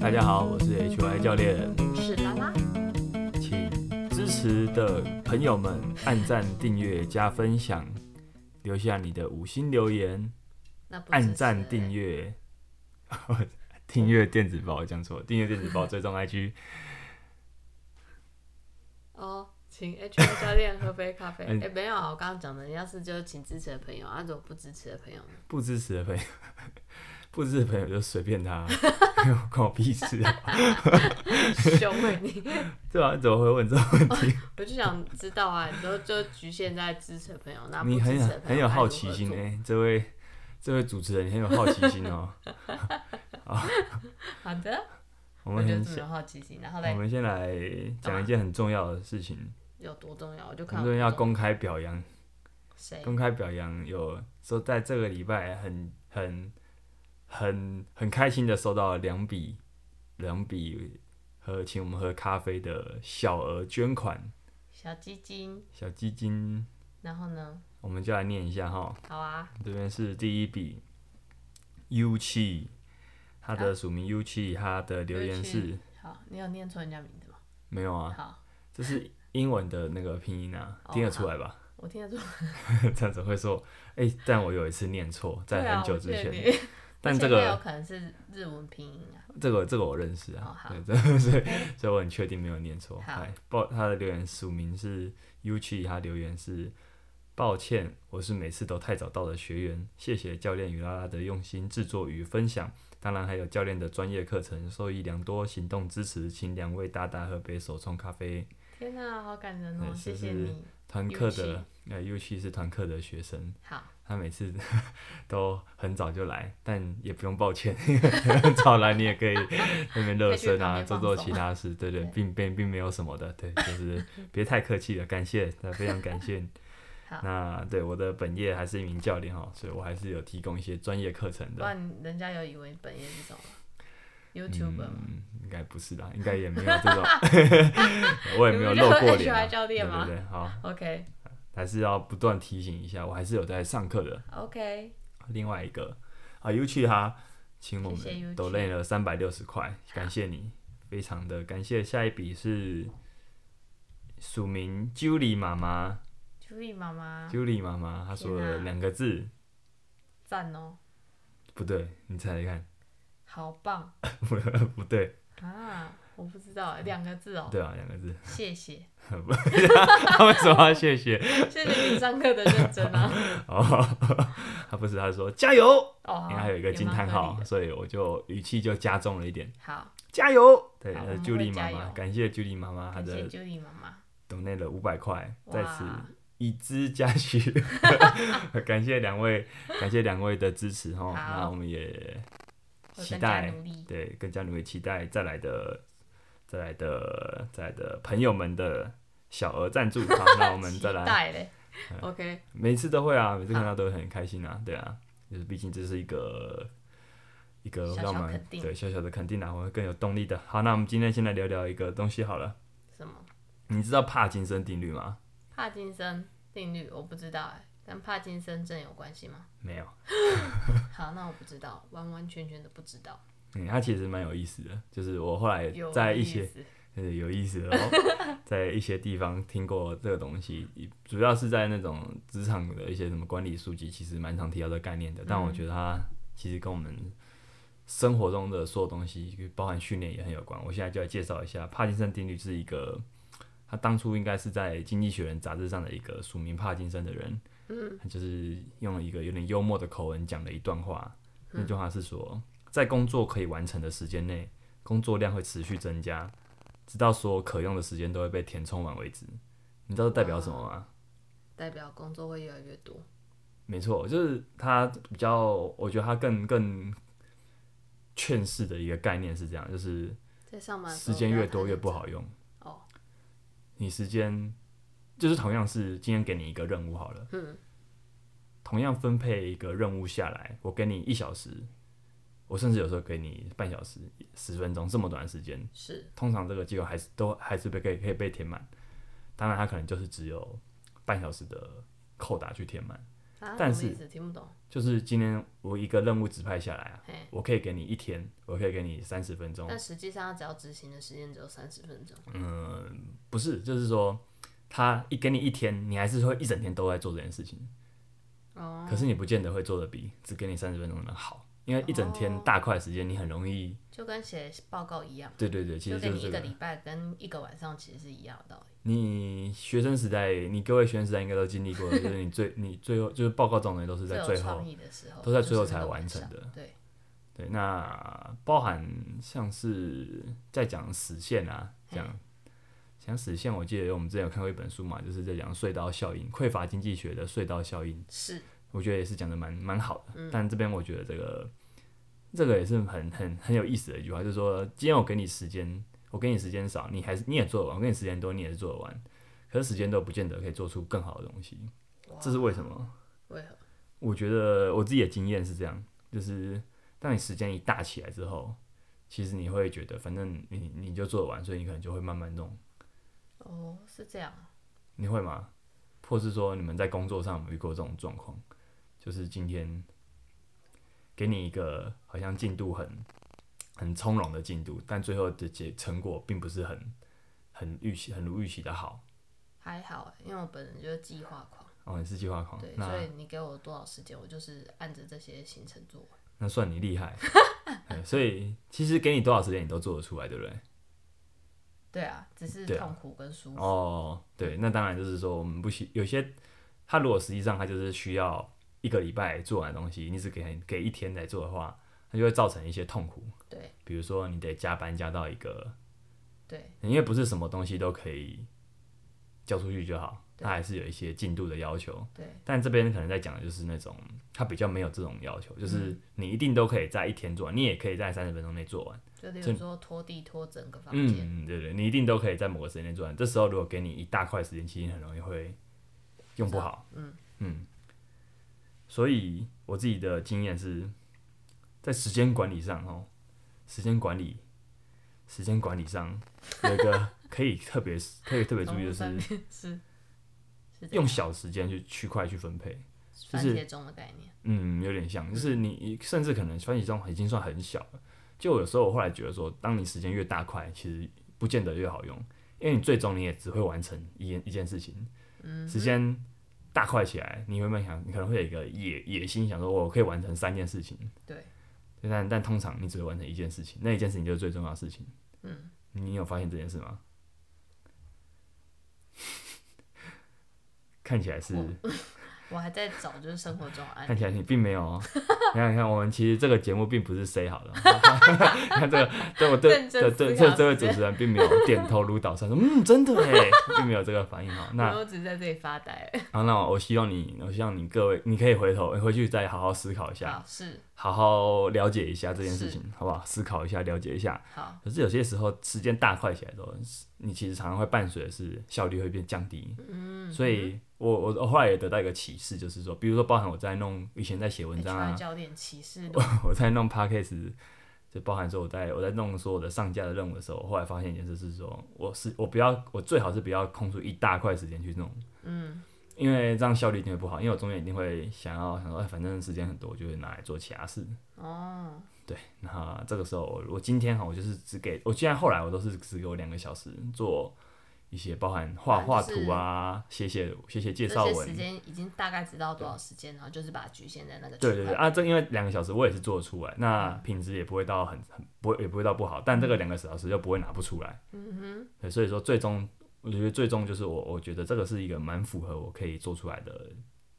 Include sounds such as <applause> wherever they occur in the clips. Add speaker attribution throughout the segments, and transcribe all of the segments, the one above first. Speaker 1: 大家好，我是 HY 教练，
Speaker 2: 是啦啦，
Speaker 1: 请支持的朋友们按赞、订阅、加分享，留下你的五星留言，
Speaker 2: 那不
Speaker 1: 按赞、订
Speaker 2: 阅，
Speaker 1: 阅， <laughs> 订阅电子报，我讲错，了，订阅电子报，追踪 IG。
Speaker 2: 哦，请 HR 教练喝杯咖啡。哎、
Speaker 1: <laughs> 嗯
Speaker 2: 没有啊，我刚刚讲的，要是就是请支持的朋友，啊，如果不支持的朋友呢，
Speaker 1: 不支持的朋友， <laughs> 不支持的朋友就随便他， <laughs> 关我屁事啊！
Speaker 2: 凶哎你！
Speaker 1: 对啊，你怎么会问这种问题？
Speaker 2: 我就想知道啊，你都就局限在支持的朋友，那不
Speaker 1: 你
Speaker 2: 支
Speaker 1: 很
Speaker 2: 持的朋友
Speaker 1: 很有
Speaker 2: 该
Speaker 1: 好
Speaker 2: 如
Speaker 1: 奇
Speaker 2: 何
Speaker 1: 心
Speaker 2: 做
Speaker 1: 哎、这位这位主持人很有好奇心哦。
Speaker 2: <laughs> 好的，
Speaker 1: 我
Speaker 2: 我
Speaker 1: 们
Speaker 2: 就
Speaker 1: 很
Speaker 2: 这么
Speaker 1: 想，
Speaker 2: 有好奇心，然后
Speaker 1: 我
Speaker 2: 嘞
Speaker 1: 们先来讲一件很重要的事情，
Speaker 2: 有多重要，我就看
Speaker 1: 很
Speaker 2: 我
Speaker 1: 重要，
Speaker 2: 多重
Speaker 1: 公开表扬。
Speaker 2: 谁
Speaker 1: 公开表扬有说在这个礼拜很很很很开心的收到了两笔两笔和请我们喝咖啡的小额捐款
Speaker 2: 小鸡精，
Speaker 1: 小基金，
Speaker 2: 然后呢，
Speaker 1: 我们就来念一下哈。
Speaker 2: 好啊，
Speaker 1: 这边是第一笔 U 气，他的署名 U 气，他的留言是
Speaker 2: 好，你有念错人家名字吗？
Speaker 1: 没有啊，
Speaker 2: 好，
Speaker 1: 这是英文的那个拼音啊，
Speaker 2: 哦
Speaker 1: 听得出来吧？ <laughs>
Speaker 2: 我听得出，
Speaker 1: 这样子会说，哎、但我有一次念错，
Speaker 2: 对
Speaker 1: 在
Speaker 2: 啊
Speaker 1: 很久
Speaker 2: 我
Speaker 1: 之
Speaker 2: 记得
Speaker 1: 前，
Speaker 2: 你
Speaker 1: 但
Speaker 2: <laughs> 而且
Speaker 1: 这
Speaker 2: 那
Speaker 1: 个
Speaker 2: 有可能是日文拼音啊。
Speaker 1: 这个这个我认识啊
Speaker 2: 哦，好
Speaker 1: 对， <laughs> 这个所以所以我很确定没有念错。
Speaker 2: 好
Speaker 1: 哎，报他的留言署名是 Uchi，他留言是抱歉，我是每次都太早到的学员，谢谢教练与拉拉的用心制作与分享，当然还有教练的专业课程受益良多，行动支持，请两位大大喝杯手冲咖啡。
Speaker 2: 天哪、好感人哦！
Speaker 1: 对
Speaker 2: 谢
Speaker 1: 是
Speaker 2: 谢
Speaker 1: 是
Speaker 2: 你。
Speaker 1: 团课的呃 Uchi 是团课的学生，
Speaker 2: 好，
Speaker 1: 他每次 <laughs> 都很早就来，但也不用抱歉， <laughs> 因为很早来你也可以那边热身啊，
Speaker 2: 可以去
Speaker 1: 做
Speaker 2: 旁边放松
Speaker 1: 做其他事，对对，
Speaker 2: 对
Speaker 1: 并并并没有什么的，
Speaker 2: <laughs>
Speaker 1: 对，就是别太客气了，感谢，那非常感谢
Speaker 2: 好。
Speaker 1: 那对我的本业还是一名教练哈，所以我还是有提供一些专业课程
Speaker 2: 不
Speaker 1: 的。
Speaker 2: 然人家有以为你本业是什么？YouTuber 吗？
Speaker 1: 嗯，应该不是啦，应该也没有
Speaker 2: <laughs>
Speaker 1: 这种， <laughs> 我也没有
Speaker 2: 你
Speaker 1: 露
Speaker 2: 们叫
Speaker 1: 过脸啊、
Speaker 2: HR 教练吗
Speaker 1: 对对对，好，
Speaker 2: OK
Speaker 1: 还是要不断提醒一下，我还是有在上课的。
Speaker 2: OK，
Speaker 1: 另外一个啊，U 去哈，请我
Speaker 2: 谢谢
Speaker 1: 们
Speaker 2: Yuqi
Speaker 1: 抖累了三百六十块，感谢你，非常的感谢。下一笔是署名 Julie 妈妈、
Speaker 2: 朱莉妈妈
Speaker 1: j u l i e 妈妈，她说了
Speaker 2: 天哪
Speaker 1: 两个字，
Speaker 2: 赞哦，
Speaker 1: 不对，你猜猜看， <laughs>
Speaker 2: 好棒
Speaker 1: 不不对，
Speaker 2: 啊！我不知道，两个字哦，
Speaker 1: 对啊，两个字，
Speaker 2: 谢谢，
Speaker 1: 她为什么要谢谢？
Speaker 2: 谢谢你上课的认真啊！
Speaker 1: <laughs> 哦，她不是，她说加油，
Speaker 2: 哦，
Speaker 1: 因为还有一个
Speaker 2: 也
Speaker 1: 惊
Speaker 2: 蛮
Speaker 1: 叹
Speaker 2: 合
Speaker 1: 号
Speaker 2: 理，的
Speaker 1: 所以我就语气就加重了一点，
Speaker 2: 好，
Speaker 1: 加油。对
Speaker 2: 好我们会
Speaker 1: ，Julie 妈
Speaker 2: 加
Speaker 1: 妈，
Speaker 2: 油
Speaker 1: 感谢 Julie 妈妈她
Speaker 2: 感谢
Speaker 1: 的
Speaker 2: Julie 妈妈，
Speaker 1: 抖内了五百块，在此
Speaker 2: 哇
Speaker 1: 以资加许， <laughs> 感谢两位，感谢两位的支持哈。
Speaker 2: 好
Speaker 1: 那我们也
Speaker 2: 我
Speaker 1: 期
Speaker 2: 更加
Speaker 1: 待
Speaker 2: 努，力。
Speaker 1: 对，更加努力期待再来的、再来的、再来的朋友们的小额赞助。好，那我们
Speaker 2: <laughs> 期
Speaker 1: 再来，嗯 <laughs>
Speaker 2: 待嘞，OK，
Speaker 1: 每次都会啊，每次看到都会很开心啊，对啊，就是毕竟这是一个。一个
Speaker 2: 小小
Speaker 1: 让我们
Speaker 2: 肯定
Speaker 1: 对小小的肯定啊，我会更有动力的。好，那我们今天先来聊聊一个东西好了。
Speaker 2: 什么
Speaker 1: 你知道帕金森定律吗？
Speaker 2: 帕金森定律我不知道哎，跟帕金森症有关系吗？
Speaker 1: 没有，
Speaker 2: 好，那我不知道，完完全全的不知道。
Speaker 1: 嗯，它其实蛮有意思的，就是我后来
Speaker 2: 有
Speaker 1: 在一
Speaker 2: 意
Speaker 1: 些
Speaker 2: 思
Speaker 1: 呃有意思的哦， <laughs> 在一些地方听过这个东西，主要是在那种职场的一些什么管理书籍，其实蛮常提到这个概念的，但我
Speaker 2: 嗯
Speaker 1: 觉得它其实跟我们生活中的所有东西，包含训练也很有关。我现在就来介绍一下帕金森定律是一个。他当初应该是在《经济学人》杂志上的一个署名帕金森的人，嗯，他就是用了一个有点幽默的口吻讲了一段话，那句话是说，在工作可以完成的时间内，工作量会持续增加，直到所有可用的时间都会被填充完为止。你知道这代表什么吗？
Speaker 2: 代表工作会越来越多。
Speaker 1: 没错，就是它比较，我觉得它更更劝世的一个概念是这样，就是
Speaker 2: 在上班的时
Speaker 1: 时
Speaker 2: 候
Speaker 1: 间越
Speaker 2: 不嗯要
Speaker 1: 多
Speaker 2: 太
Speaker 1: 越不
Speaker 2: 认
Speaker 1: 好用。
Speaker 2: 真哦，
Speaker 1: 你时间就是同样是今天给你一个任务好了，
Speaker 2: 嗯，
Speaker 1: 同样分配一个任务下来，我给你一小时，我甚至有时候给你半小时、十分钟这么短的时间，
Speaker 2: 是
Speaker 1: 通常这个计划还是都还是被可以可以被填满，当然它可能就是只有半小时的扣打去填满，
Speaker 2: 啊，
Speaker 1: 但
Speaker 2: 什
Speaker 1: 是
Speaker 2: 么
Speaker 1: 哦
Speaker 2: 意思听不懂，
Speaker 1: 就是今天我一个任务指派下来啊，
Speaker 2: 嘿，
Speaker 1: 我可以给你一天，我可以给你三十分钟，
Speaker 2: 但实际上他只要执行的时间只有三十分钟，
Speaker 1: 嗯，不是，就是说他一给你一天，你还是会一整天都在做这件事情，
Speaker 2: 哦，
Speaker 1: 可是你不见得会做的比只给你三十分钟的人好，因为一整天大块时间，你很容易，
Speaker 2: 就跟写报告一样，
Speaker 1: 对对对，其
Speaker 2: 就
Speaker 1: 实
Speaker 2: 给
Speaker 1: 就是
Speaker 2: 你一
Speaker 1: 这
Speaker 2: 个
Speaker 1: 个。
Speaker 2: 礼拜跟一个晚上其实是一样的道理，
Speaker 1: 你学生时代，你各位学生时代应该都经历过，就是你最你最后就是报告这种东西都是在
Speaker 2: 有
Speaker 1: 最后
Speaker 2: 创，意的时候，
Speaker 1: 都在
Speaker 2: 就
Speaker 1: 最后
Speaker 2: 是那
Speaker 1: 才
Speaker 2: 个
Speaker 1: 完
Speaker 2: 晚
Speaker 1: 成
Speaker 2: 上
Speaker 1: 的，
Speaker 2: 对，
Speaker 1: 对，那包含像是在讲死线啊，讲讲死线，我记得我们之前有看过一本书嘛，就是在讲隧道效应，匮乏经济学的隧道效应，
Speaker 2: 是
Speaker 1: 我觉得也是讲的蛮蛮好的。但这边我觉得这个这个也是很很很有意思的一句话，就是说，今天我给你时间，我给你时间少，你还是你也做得完；我给你时间多，你也是做得完。可是时间都不见得可以做出更好的东西，这是为什么？
Speaker 2: 为何？
Speaker 1: 我觉得我自己的经验是这样，就是当你时间一大起来之后，其实你会觉得反正你你就做得完，所以你可能就会慢慢弄。
Speaker 2: 哦，是这样，
Speaker 1: 你会吗？或是说你们在工作上有没有遇过这种状况？就是今天给你一个好像进度很很从容的进度，但最后的结成果并不是很很预期很如预期的好。
Speaker 2: 还好，欸因为我本人就是计划狂，
Speaker 1: 哦，你是计划狂，
Speaker 2: 对，
Speaker 1: 那
Speaker 2: 所以你给我多少时间，我就是按着这些行程做。
Speaker 1: 那算你厉害。 <laughs> 对所以其实给你多少时间你都做得出来，对不对？
Speaker 2: 对啊，只是
Speaker 1: 对啊
Speaker 2: 痛苦跟舒服。
Speaker 1: 哦，对，那当然就是说，我们不需有些，他如果实际上他就是需要一个礼拜做完的东西，你只给给一天来做的话，它就会造成一些痛苦。
Speaker 2: 对
Speaker 1: 比如说，你得加班加到一个，
Speaker 2: 对，
Speaker 1: 因为不是什么东西都可以交出去就好，
Speaker 2: 对
Speaker 1: 它还是有一些进度的要求。
Speaker 2: 对，
Speaker 1: 但这边可能在讲的就是那种，他比较没有这种要求，
Speaker 2: 嗯
Speaker 1: 就是你一定都可以在一天做完，你也可以在三十分钟内做完。
Speaker 2: 就例
Speaker 1: 所
Speaker 2: 如
Speaker 1: 以
Speaker 2: 说拖地拖整个房间，
Speaker 1: 嗯，对对，你一定都可以在某个时间内做完。这时候如果给你一大块时间，其实很容易会用不好。
Speaker 2: 嗯
Speaker 1: 嗯，所以我自己的经验是，在时间管理上哦，时间管理，时间管理上有一个 <laughs> 可以特别可以特别注意的
Speaker 2: 分
Speaker 1: 是，
Speaker 2: 别 <laughs> 是是这样
Speaker 1: 用小时间去区块去分配。
Speaker 2: 番
Speaker 1: 是
Speaker 2: 茄钟的概念，
Speaker 1: 嗯，有点像，就是你甚至可能番茄钟已经算很小了。就有时候我后来觉得说，当你时间越大块，其实不见得越好用，因为你最终你也只会完成一件一件事情。
Speaker 2: 嗯，
Speaker 1: 时间大块起来，你会慢慢想，你可能会有一个野野心，想说我可以完成三件事情，
Speaker 2: 对，
Speaker 1: 但但通常你只会完成一件事情，那一件事情就是最重要的事情。
Speaker 2: 嗯，
Speaker 1: 你有发现这件事吗？ <laughs> 看起来是。
Speaker 2: 我还在找就是生活中安
Speaker 1: 看起来你并没有、
Speaker 2: <laughs>
Speaker 1: 哦。你看，你看，我们其实这个节目并不是谁好的。 <laughs> 你看这个，这我对
Speaker 2: 认真
Speaker 1: 这这
Speaker 2: 思考
Speaker 1: 这这位主持人并没有点头如捣蒜，说嗯，真的哎，并没有这个反应哦。那
Speaker 2: 我只是在这里发呆。
Speaker 1: 好，那我希望你，我希望你各位，你可以回头回去再好好思考一下，
Speaker 2: 好，是
Speaker 1: 好好了解一下这件事情，好不好？思考一下，了解一下。
Speaker 2: 好，
Speaker 1: 可是有些时候时间大块起来之后，你其实常常会伴随的是效率会变降低。
Speaker 2: 嗯，
Speaker 1: 所以我我我后来也得到一个启示，就是说，比如说包含我在弄以前在写文章啊
Speaker 2: HR，教练歧视的，
Speaker 1: 我在弄 podcast，就包含说我在我在弄所有的上架的任务的时候，我后来发现一件事是说，我是我不要我最好是不要空出一大块时间去弄，
Speaker 2: 嗯，
Speaker 1: 因为这样效率一定会不好，因为我中间一定会想要想说，哎，反正时间很多，我就会拿来做其他事。
Speaker 2: 哦，
Speaker 1: 对，那这个时候我我今天哈，我就是只给我，既然后来我都是只给我两个小时做一些包含画
Speaker 2: 啊
Speaker 1: 画
Speaker 2: 就是
Speaker 1: 图啊，写写写写介
Speaker 2: 这
Speaker 1: 绍
Speaker 2: 些
Speaker 1: 文
Speaker 2: 时，间已经大概知道多少时间，然后就是把它局限在那个
Speaker 1: 对
Speaker 2: 区
Speaker 1: 对对
Speaker 2: 块
Speaker 1: 啊，这因为两个小时我也是做得出来，那品质也不会到很很不会也不会到不好，但这个两个小时又不会拿不出来。嗯哼，所以说最终我觉得最终就是我我觉得这个是一个蛮符合我可以做出来的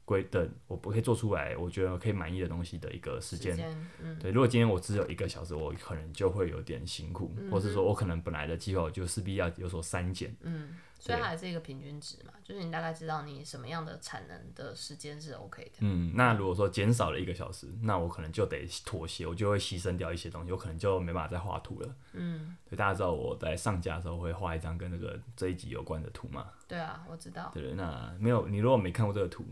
Speaker 1: 规的，我不可以做出来，我觉得我可以满意的东西的一个时
Speaker 2: 时
Speaker 1: 间。
Speaker 2: 间，嗯，
Speaker 1: 对，如果今天我只有一个小时，我可能就会有点辛苦，或是说我可能本来的计划我就势必要有所删减。
Speaker 2: 嗯，所以
Speaker 1: 对
Speaker 2: 它还是一个平均值嘛，就是你大概知道你什么样的产能的时间是 OK 的。
Speaker 1: 嗯，那如果说减少了一个小时，那我可能就得妥协，我就会牺牲掉一些东西，我可能就没办法再画图了。
Speaker 2: 嗯，
Speaker 1: 对，大家知道我在上架的时候会画一张跟那个这一集有关的图嘛？
Speaker 2: 对啊，我知道，
Speaker 1: 对不对？那没有你如果没看过这个图，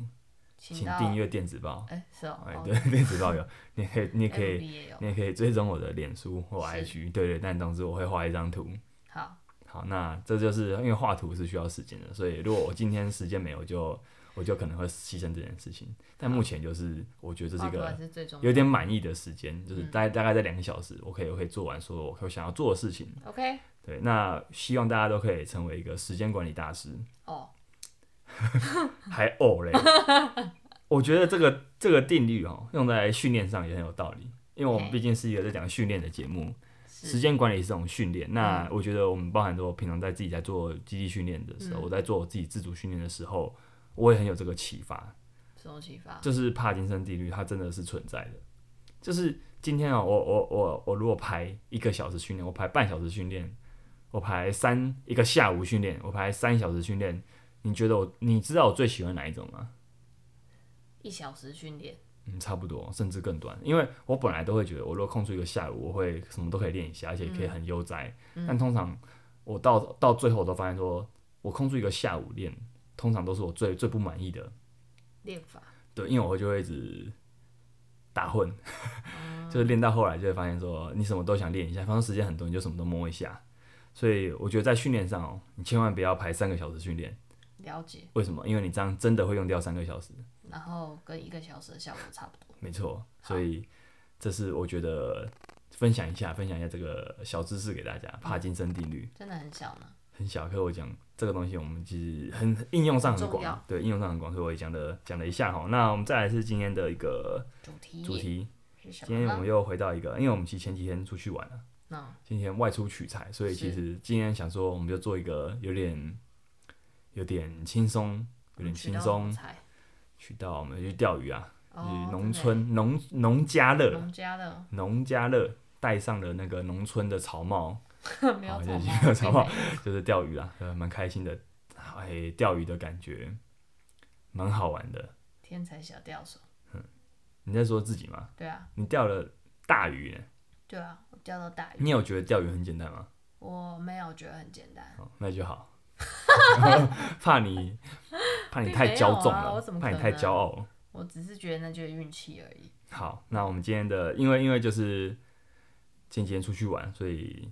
Speaker 1: 请
Speaker 2: 到
Speaker 1: 订阅电子报。
Speaker 2: 哎，是哦，
Speaker 1: 哎
Speaker 2: 哦，
Speaker 1: 对， <laughs> 电子报有，你也可以，你也可
Speaker 2: FB
Speaker 1: 以，
Speaker 2: 也有
Speaker 1: 你也可以追踪我的脸书或
Speaker 2: 是
Speaker 1: IG。对对，但总之我会画一张图。
Speaker 2: 好，
Speaker 1: 好，那这就是因为画图是需要时间的，所以如果我今天时间没有，就我就可能会牺牲这件事情。但目前就是我觉得这是一
Speaker 2: 画图还
Speaker 1: 个
Speaker 2: 是最重要
Speaker 1: 有点满意的时间，
Speaker 2: 嗯
Speaker 1: 就是大概大概在两个小时，我可以我可以做完所有我想要做的事情。
Speaker 2: 的。OK，
Speaker 1: 对，那希望大家都可以成为一个时间管理大
Speaker 2: <laughs>
Speaker 1: 师。
Speaker 2: 哦，
Speaker 1: 还偶嘞。我觉得这个这个定律哦，用在训练上也很有道理，因为我们
Speaker 2: 嘿
Speaker 1: 毕竟是一个在讲训练的节目，时
Speaker 2: 是嗯
Speaker 1: 间管理是一种训练。那我觉得我们包含说，平常在自己在做基地训练的时候，
Speaker 2: 嗯
Speaker 1: 我在做我自己自主训练的时候，我也很有这个启发，
Speaker 2: 什么启发？
Speaker 1: 就是帕金森定律，它真的是存在的。就是今天哦，我我我我如果排一个小时训练，我排半小时训练，我排三一个下午训练，我排三小时训练，你觉得我你知道我最喜欢哪一种吗？
Speaker 2: 一小时训练，
Speaker 1: 嗯，差不多，甚至更短。因为我本来都会觉得，我如果空出一个下午，我会什么都可以练一下，而且可以很悠哉。但通常我到到最后，我都发现说，我空出一个下午练，通常都是我最最不满意的。
Speaker 2: 练法
Speaker 1: 对，因为我就会一直打混，
Speaker 2: 哦
Speaker 1: <laughs> 就是练到后来就会发现说，你什么都想练一下，反正时间很多，你就什么都摸一下。所以我觉得在训练上哦，你千万不要排三个小时训练。
Speaker 2: 了解，
Speaker 1: 为什么？因为你这样真的会用掉三个小时。
Speaker 2: 然后跟一个小时的效果差不多。
Speaker 1: 没错，所以这是我觉得分享一下，分享一下这个小知识给大家。帕金森定律
Speaker 2: 真的很小呢，
Speaker 1: 很小，可是我讲这个东西，我们其实很应用上很
Speaker 2: 重
Speaker 1: 广
Speaker 2: 要，
Speaker 1: 对，应用上很广，所以我也讲的讲了一下哈。那我们再来是今天的一个
Speaker 2: 主题
Speaker 1: 主题，
Speaker 2: 是什
Speaker 1: 今
Speaker 2: 么
Speaker 1: 天我们
Speaker 2: 呢？
Speaker 1: 又回到一个，因为我们其实前几天出去玩了、
Speaker 2: 那
Speaker 1: 今天外出取材，所以其实今天想说，我们就做一个有点有点轻松，有点轻松，
Speaker 2: 才
Speaker 1: 去到我们去钓鱼啊，去
Speaker 2: 哦，
Speaker 1: 农
Speaker 2: 真的
Speaker 1: 村农农家乐
Speaker 2: 耶，。农家的 <laughs>
Speaker 1: 农家乐戴上了那个农村的草帽，
Speaker 2: 没有
Speaker 1: 好
Speaker 2: 草
Speaker 1: 就是
Speaker 2: 帽
Speaker 1: 没 <laughs> 有草帽
Speaker 2: 并没有
Speaker 1: 就是钓鱼啦，呃，蛮开心的，哎，钓鱼的感觉蛮好玩的。
Speaker 2: 天才小钓手，
Speaker 1: 你在说自己吗？
Speaker 2: 对啊，
Speaker 1: 你钓了大鱼呢？
Speaker 2: 对啊，我钓到大鱼，
Speaker 1: 你有觉得钓鱼很简单吗？
Speaker 2: 我没有觉得很简单，
Speaker 1: 哦，那就好， <laughs> 怕你怕你太
Speaker 2: 并没有啊
Speaker 1: 骄纵
Speaker 2: 我
Speaker 1: 了
Speaker 2: 怎么，可
Speaker 1: 怕
Speaker 2: 能
Speaker 1: 你太骄傲了。
Speaker 2: 我只是觉得那就是运气而已。
Speaker 1: 好，那我们今天的，因为因为就是前几天出去玩，所以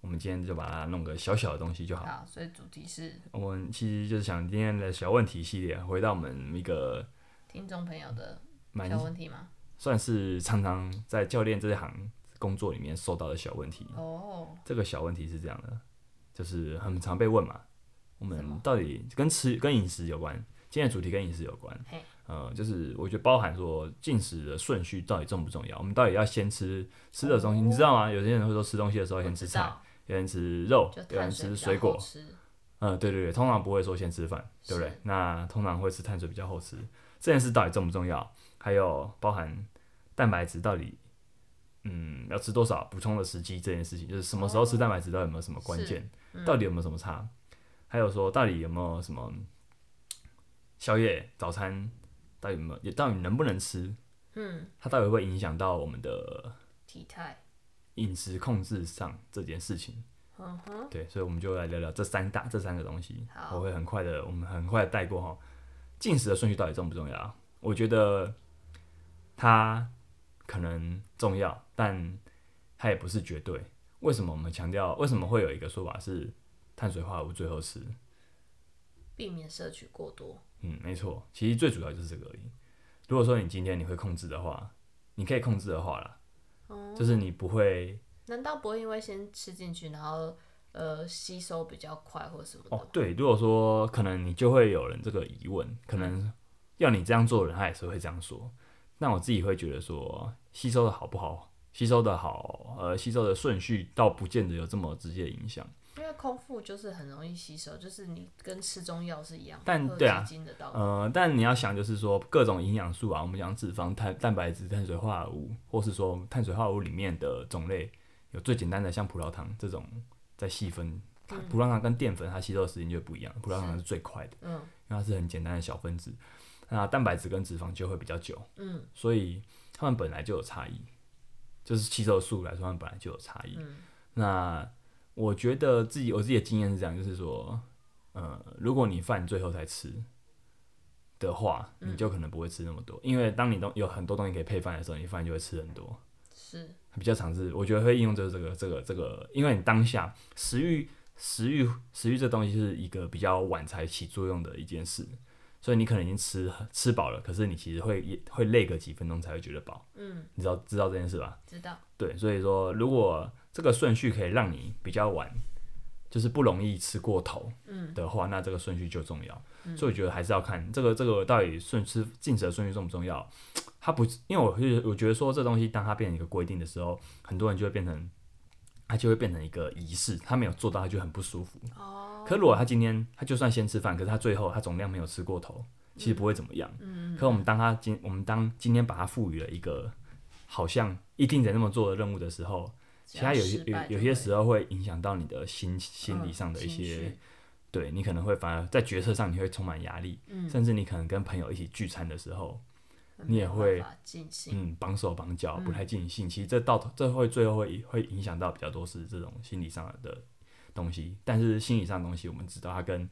Speaker 1: 我们今天就把它弄个小小的东西就好。
Speaker 2: 好，所以主题是
Speaker 1: 我们其实就是想今天的小问题系列，回到我们一个
Speaker 2: 听众朋友的
Speaker 1: 蛮
Speaker 2: 小问题吗？
Speaker 1: 算是常常在教练这一行工作里面受到的小问题。
Speaker 2: 哦，
Speaker 1: 这个小问题是这样的，就是很常被问嘛，我
Speaker 2: 什
Speaker 1: 们
Speaker 2: 么
Speaker 1: 到底跟吃跟饮食有关，今天的主题跟饮食有关
Speaker 2: 嘿。
Speaker 1: 呃，就是我觉得包含说进食的顺序到底重不重要？我们到底要先吃吃的东西，
Speaker 2: 哦
Speaker 1: 你知道吗？有些人会说吃东西的时候
Speaker 2: 我
Speaker 1: 先吃
Speaker 2: 知
Speaker 1: 菜，
Speaker 2: 道，
Speaker 1: 有人吃肉
Speaker 2: 就，
Speaker 1: 有人
Speaker 2: 碳水
Speaker 1: 吃
Speaker 2: 比
Speaker 1: 水
Speaker 2: 较
Speaker 1: 果
Speaker 2: 好，吃，
Speaker 1: 嗯，对对对，通常不会说先吃饭，对不对
Speaker 2: 是？
Speaker 1: 那通常会吃碳水比较后吃。这件事到底重不重要？还有包含蛋白质到底，嗯，要吃多少，补充的时机这件事情，就是什么时候吃蛋白质，到底有没有什么关键？
Speaker 2: 嗯
Speaker 1: 到底有没有什么差？还有说到底有没有什么宵夜、早餐，到底有没有，也到底能不能吃？
Speaker 2: 嗯，
Speaker 1: 它到底会不会影响到我们的
Speaker 2: 体态，
Speaker 1: 饮食控制上这件事情？
Speaker 2: 嗯哼，
Speaker 1: 对，所以我们就来聊聊这三大这三个东西。
Speaker 2: 好
Speaker 1: 我会很快的，我们很快的带过哈。进食的顺序到底重不重要啊？我觉得它可能重要，但它也不是绝对。为什么我们强调？为什么会有一个说法是碳水化合物最后吃？
Speaker 2: 避免摄取过多，
Speaker 1: 嗯，没错，其实最主要就是这个而已。如果说你今天你会控制的话，你可以控制的话啦，
Speaker 2: 哦
Speaker 1: 就是你不会
Speaker 2: 难道不会因为先吃进去，然后呃吸收比较快或什么的
Speaker 1: 哦
Speaker 2: 吗？，
Speaker 1: 对，如果说可能你就会有人这个疑问，可能要你这样做的人，他也是会这样说。那我自己会觉得说，吸收的好不好，吸收的好，呃，吸收的顺序倒不见得有这么直接的影响。
Speaker 2: 因为空腹就是很容易吸收，就是你跟吃中药是一样的，
Speaker 1: 但
Speaker 2: 会有
Speaker 1: 对啊
Speaker 2: 基因的道理，
Speaker 1: 呃，但你要想就是说，各种营养素啊，我们讲脂肪、碳、蛋白质、碳水化合物，或是说碳水化合物里面的种类，有最简单的像葡萄糖这种，再细分，葡萄糖跟淀粉它吸收的时间就不一样，葡萄糖是最快的。
Speaker 2: 嗯
Speaker 1: 因为它是很简单的小分子，那蛋白质跟脂肪就会比较久，
Speaker 2: 嗯
Speaker 1: 所以它们本来就有差异，就是吸收速度来说，它们本来就有差异。
Speaker 2: 嗯，
Speaker 1: 那我觉得自己我自己的经验是这样，就是说，呃，如果你饭最后才吃的话，
Speaker 2: 嗯
Speaker 1: 你就可能不会吃那么多，因为当你都有很多东西可以配饭的时候，你饭就会吃很多。
Speaker 2: 是
Speaker 1: 比较常是，我觉得会应用就是这个这个这个，因为你当下食欲食欲食欲这东西是一个比较晚才起作用的一件事，所以你可能已经吃吃饱了，可是你其实会也会累个几分钟才会觉得饱。
Speaker 2: 嗯，
Speaker 1: 你知道知道这件事吧？
Speaker 2: 知道，
Speaker 1: 对，所以说如果这个顺序可以让你比较晚，就是不容易吃过头
Speaker 2: 嗯
Speaker 1: 的话，那这个顺序就重要。
Speaker 2: 嗯
Speaker 1: 所以我觉得还是要看这个这个到底顺吃进食的顺序重不重要。它不，因为我是我觉得说这东西当它变成一个规定的时候，很多人就会变成，它就会变成一个仪式，他没有做到他就很不舒服。
Speaker 2: 哦，
Speaker 1: 可如果他今天他就算先吃饭，可是他最后他总量没有吃过头，其实不会怎么样。
Speaker 2: 嗯
Speaker 1: 可我们当他今我们当今天把它赋予了一个好像一定得那么做的任务的时候，其实它有些有有些时
Speaker 2: 候
Speaker 1: 候会影响到你的心
Speaker 2: 嗯
Speaker 1: 心理上的一些，，对你可能会反而在决策上你会充满压力，
Speaker 2: 嗯情绪
Speaker 1: 甚至你可能跟朋友一起聚餐的时候，
Speaker 2: 嗯
Speaker 1: 你也会
Speaker 2: 没办法尽兴，
Speaker 1: 嗯，绑手绑脚，不太尽兴，其实这到头这会最后会会影响到比较多是这种心理上的东西，但是心理上的东西我们知道它跟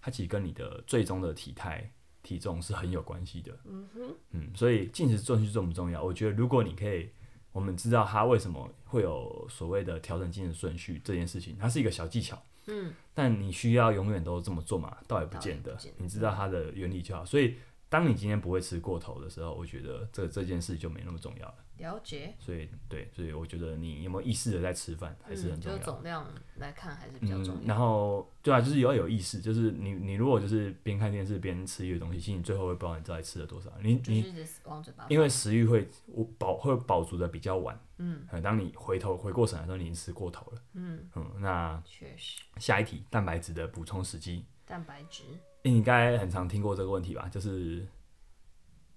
Speaker 1: 它其实跟你的最终的体态体重是很有关系的，
Speaker 2: 嗯哼，
Speaker 1: 嗯，所以进食顺序重不重要？我觉得如果你可以，我们知道它为什么会有所谓的调整进食顺序这件事情，它是一个小技巧，
Speaker 2: 嗯，
Speaker 1: 但你需要永远都这么做嘛？倒也不见得，
Speaker 2: 倒也不见得
Speaker 1: 你知道它的原理就好。所以当你今天不会吃过头的时候，我觉得这这件事就没那么重要了。
Speaker 2: 了解，
Speaker 1: 所以对，所以我觉得你有没有意识的在吃饭还是很
Speaker 2: 嗯
Speaker 1: 重
Speaker 2: 就
Speaker 1: 要。
Speaker 2: 总量来看还是比较
Speaker 1: 嗯，
Speaker 2: 重要，
Speaker 1: 然后对啊，就是要有意识，就是你你如果就是边看电视边吃一个东西，其实你最后会不知道你到底吃了多少。你
Speaker 2: 就
Speaker 1: 你
Speaker 2: 是一直往嘴巴放，
Speaker 1: 因为食欲会我饱会饱足的比较晚，
Speaker 2: 嗯
Speaker 1: 呃当你回头回过神来的时候，你已经吃过头了。
Speaker 2: 嗯，
Speaker 1: 嗯，那
Speaker 2: 确实，
Speaker 1: 下一题，蛋白质的补充时机，
Speaker 2: 蛋白质，
Speaker 1: 你应该很常听过这个问题吧？就是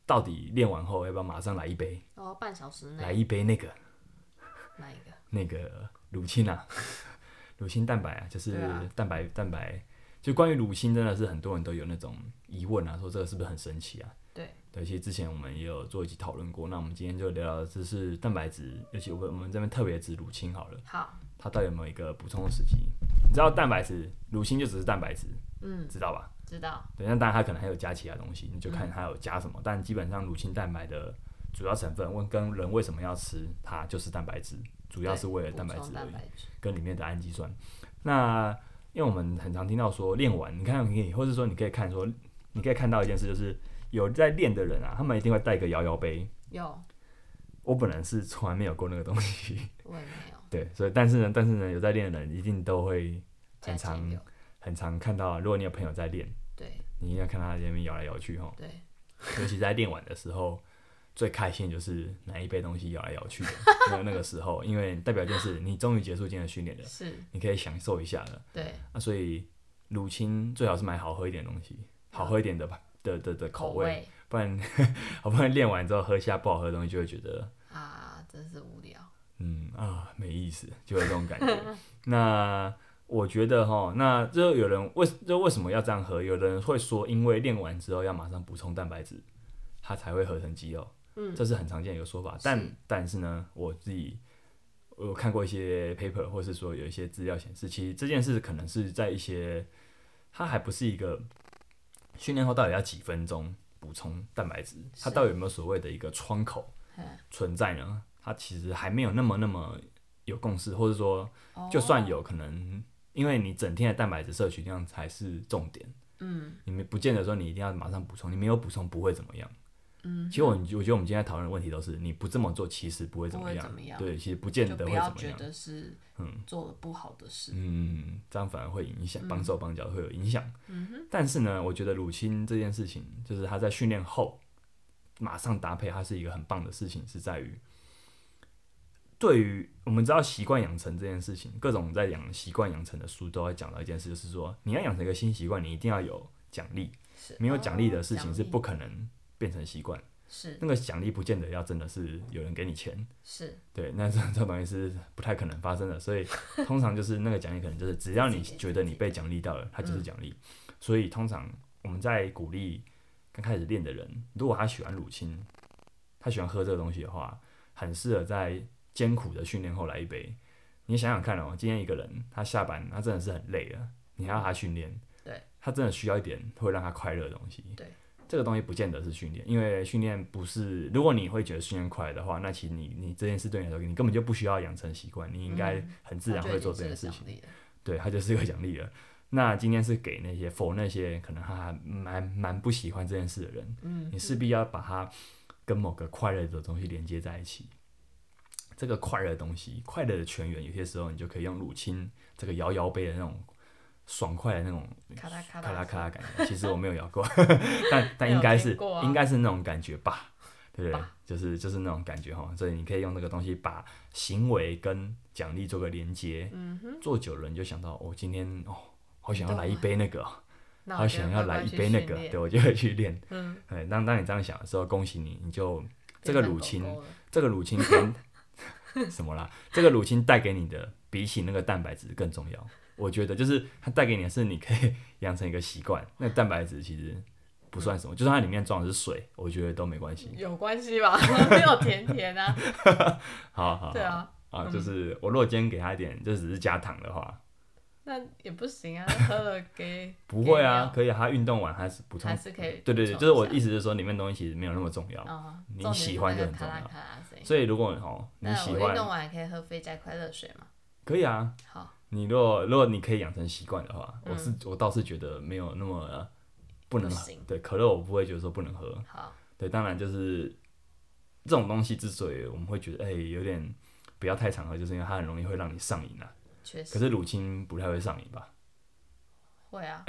Speaker 1: 到底练完后要不要马上来一杯，
Speaker 2: 然后哦半小时
Speaker 1: 来
Speaker 2: 内
Speaker 1: 一杯那个
Speaker 2: 哪一个？
Speaker 1: 那个乳清啊， <laughs> 乳清蛋白啊，就是
Speaker 2: 对啊
Speaker 1: 蛋白、蛋白，就关于乳清真的是很多人都有那种疑问啊，说这个是不是很神奇啊？
Speaker 2: 对，
Speaker 1: 对，其实之前我们也有做一集讨论过，那我们今天就聊聊这是蛋白质，尤其我们我们这边特别指乳清好了，
Speaker 2: 好，
Speaker 1: 它到底有没有一个补充的时机？你知道蛋白质，乳清就只是蛋白质，
Speaker 2: 嗯，
Speaker 1: 知道吧？
Speaker 2: 知道，
Speaker 1: 对，那当然它可能还有加其他东西，
Speaker 2: 嗯
Speaker 1: 你就看它有加什么，但基本上乳清蛋白的主要成分，问跟人为什么要吃它，就是蛋白质，主要
Speaker 2: 对
Speaker 1: 是为了
Speaker 2: 补
Speaker 1: 蛋白
Speaker 2: 充
Speaker 1: 质而
Speaker 2: 蛋
Speaker 1: 已。
Speaker 2: 白质，
Speaker 1: 跟里面的氨基酸。那因为我们很常听到说练完，你看你可以，或者说你可以看说，你可以看到一件事，就是有在练的人啊，他们一定会带一个摇摇杯。
Speaker 2: 有，
Speaker 1: 我本人是从来没有过那个东西，
Speaker 2: 我也没有，
Speaker 1: 对，所以但是呢，但是呢，有在练的人一定都会很
Speaker 2: 加
Speaker 1: 常
Speaker 2: 减有，
Speaker 1: 很常看到，啊如果你有朋友在练，
Speaker 2: 对
Speaker 1: 你一定要看他在那边摇来摇去哈，
Speaker 2: 对，
Speaker 1: 尤其在练完的时候。最开心就是拿一杯东西摇来摇去 <laughs> 的那那个时候，因为代表就是你终于结束今天的训练了，
Speaker 2: 是，
Speaker 1: 你可以享受一下了。
Speaker 2: 对，
Speaker 1: 那所以乳清最好是买好喝一点的东西，好喝一点的吧的的的口味，
Speaker 2: 味
Speaker 1: 不然 <laughs> 好不容易练完之后喝下不好喝的东西，就会觉得
Speaker 2: 啊，真是无聊，
Speaker 1: 嗯啊没意思，就有这种感觉。 <laughs> 那我觉得哈，那就有人为就为什么要这样喝？有的人会说，因为练完之后要马上补充蛋白质，它才会合成肌肉，
Speaker 2: 嗯，
Speaker 1: 这是很常见的一个说法。
Speaker 2: 是
Speaker 1: 但但是呢，我自己。我有看过一些 paper，或是说有一些资料显示，其实这件事可能是在一些它还不是一个训练后到底要几分钟补充蛋白质，它
Speaker 2: 是
Speaker 1: 到底有没有所谓的一个窗口
Speaker 2: 嗯
Speaker 1: 存在呢？它其实还没有那么那么有共识，或者说
Speaker 2: 哦
Speaker 1: 就算，有可能，因为你整天的蛋白质摄取量才是重点，
Speaker 2: 嗯
Speaker 1: 你们不见得说你一定要马上补充，你没有补充不会怎么样。
Speaker 2: 嗯，
Speaker 1: 其实我我觉得我们今天讨论的问题都是你不这么做，其实不会怎
Speaker 2: 不
Speaker 1: 么
Speaker 2: 会
Speaker 1: 样
Speaker 2: 怎。么样，
Speaker 1: 对，其实不见
Speaker 2: 就
Speaker 1: 得
Speaker 2: 不
Speaker 1: 会怎
Speaker 2: 要
Speaker 1: 么
Speaker 2: 觉
Speaker 1: 样。
Speaker 2: 得是
Speaker 1: 嗯
Speaker 2: 做了不好的事。
Speaker 1: 嗯，这样反而会影响，
Speaker 2: 嗯
Speaker 1: 帮手帮脚会有影响。
Speaker 2: 嗯哼，
Speaker 1: 但是呢，我觉得乳清这件事情，就是他在训练后马上搭配，它是一个很棒的事情，是在于对于我们知道习惯养成这件事情，各种在养习惯养成的书都在讲到一件事，就是说你要养成一个新习惯，你一定要有奖励，
Speaker 2: 是
Speaker 1: 没有奖励的事情
Speaker 2: 哦
Speaker 1: 是不
Speaker 2: 奖
Speaker 1: 可能变成习惯。
Speaker 2: 励是
Speaker 1: 那个奖励不见得要真的是有人给你钱，
Speaker 2: 是
Speaker 1: 对，那这这种东西是不太可能发生的，所
Speaker 2: <laughs>
Speaker 1: 以通常就是那个奖励可能就是只要你
Speaker 2: 自己给嗯
Speaker 1: 觉得
Speaker 2: 自己
Speaker 1: 你被奖励到了，它就是奖励。所以通常我们在鼓励刚开始练的人，如果他喜欢乳清，他喜欢喝这个东西的话，很适合在艰苦的训练后来一杯。你想想看哦，今天一个人他下班他真的是很累了，你还要他训练，
Speaker 2: 对，
Speaker 1: 他真的需要一点会让他快乐的东西，
Speaker 2: 对。
Speaker 1: 这个东西不见得是训练，因为训练不是，如果你会觉得训练快乐的话，那其实你你这件事对你来说，你根本就不需要养成习惯，你应该
Speaker 2: 嗯
Speaker 1: 很自然会做这件事情。
Speaker 2: 情。
Speaker 1: 对，它就是一个奖励了。那今天是给那些否那些可能他还蛮蛮不喜欢这件事的人，
Speaker 2: 嗯，
Speaker 1: 你势必要把它跟某个快乐的东西连接在一起。这个快乐的东西，快乐的泉源，有些时候你就可以用乳清这个摇摇杯的那种爽快的那种
Speaker 2: 咔啦咔
Speaker 1: 嗯咔啦
Speaker 2: 啦
Speaker 1: 咔啦感觉。其实我没有摇
Speaker 2: <laughs>
Speaker 1: 过，但但应该
Speaker 2: 没有
Speaker 1: 是
Speaker 2: 听过啊
Speaker 1: 应该是那种感觉吧，对不对
Speaker 2: 吧？
Speaker 1: 就是就是那种感觉哈，所以你可以用这个东西把行为跟奖励做个连接。
Speaker 2: 嗯哼，
Speaker 1: 做久了你就想到，哦、今天哦，好想要
Speaker 2: 懂
Speaker 1: 来一
Speaker 2: 了
Speaker 1: 杯那个、哦，
Speaker 2: 那
Speaker 1: 好
Speaker 2: 我觉
Speaker 1: 想
Speaker 2: 得
Speaker 1: 要
Speaker 2: 乖
Speaker 1: 来
Speaker 2: 乖
Speaker 1: 一
Speaker 2: 去
Speaker 1: 杯那
Speaker 2: 训
Speaker 1: 个，
Speaker 2: 练
Speaker 1: 对我就会去练。
Speaker 2: 嗯，
Speaker 1: 对，当当你这样想的时候，恭喜你，你就这个
Speaker 2: 变成
Speaker 1: 乳
Speaker 2: 狗
Speaker 1: 清
Speaker 2: 狗了
Speaker 1: 这个乳清跟
Speaker 2: <laughs>
Speaker 1: 什么啦？这个乳清带给你的，比起那个蛋白质更重要。我觉得就是它带给你的是，你可以养成一个习惯。那蛋白质其实不算什么，就算它里面装的是水，我觉得都没关系。
Speaker 2: 有关系
Speaker 1: <laughs>
Speaker 2: 吧？没有甜甜啊，
Speaker 1: 好好好
Speaker 2: 对啊，
Speaker 1: 啊，就是我如果今天给他一点，就只是加糖的话，
Speaker 2: 那也不
Speaker 1: <laughs>
Speaker 2: 行啊，喝了给
Speaker 1: 不会啊，
Speaker 2: 给
Speaker 1: 可以啊。他运动完还是补
Speaker 2: 尿还
Speaker 1: 充。
Speaker 2: 是可以补充一下。
Speaker 1: 对对对，就是我意思是说，里面东西其实没有那么重要。
Speaker 2: 哦，
Speaker 1: 你
Speaker 2: 重点
Speaker 1: 喜
Speaker 2: 是
Speaker 1: 欢
Speaker 2: 那
Speaker 1: 就
Speaker 2: 个
Speaker 1: 很
Speaker 2: 咔
Speaker 1: 重
Speaker 2: 啦
Speaker 1: 要
Speaker 2: 咔啦的声音
Speaker 1: 所以如果哦你
Speaker 2: 那
Speaker 1: 喜
Speaker 2: 我运
Speaker 1: 欢，
Speaker 2: 动完可以喝非加快乐水嘛？
Speaker 1: 可以啊，
Speaker 2: 好，
Speaker 1: 你如果如果你可以养成习惯的话，
Speaker 2: 嗯
Speaker 1: 我是我倒是觉得没有那么、呃不能
Speaker 2: 不行
Speaker 1: 对可乐，我不会觉得说不能喝。
Speaker 2: 好，
Speaker 1: 对，当然就是这种东西之所以我们会觉得哎、有点不要太常喝，就是因为它很容易会让你上瘾啊。
Speaker 2: 确实
Speaker 1: 可是乳清不太会上瘾吧？
Speaker 2: 会啊。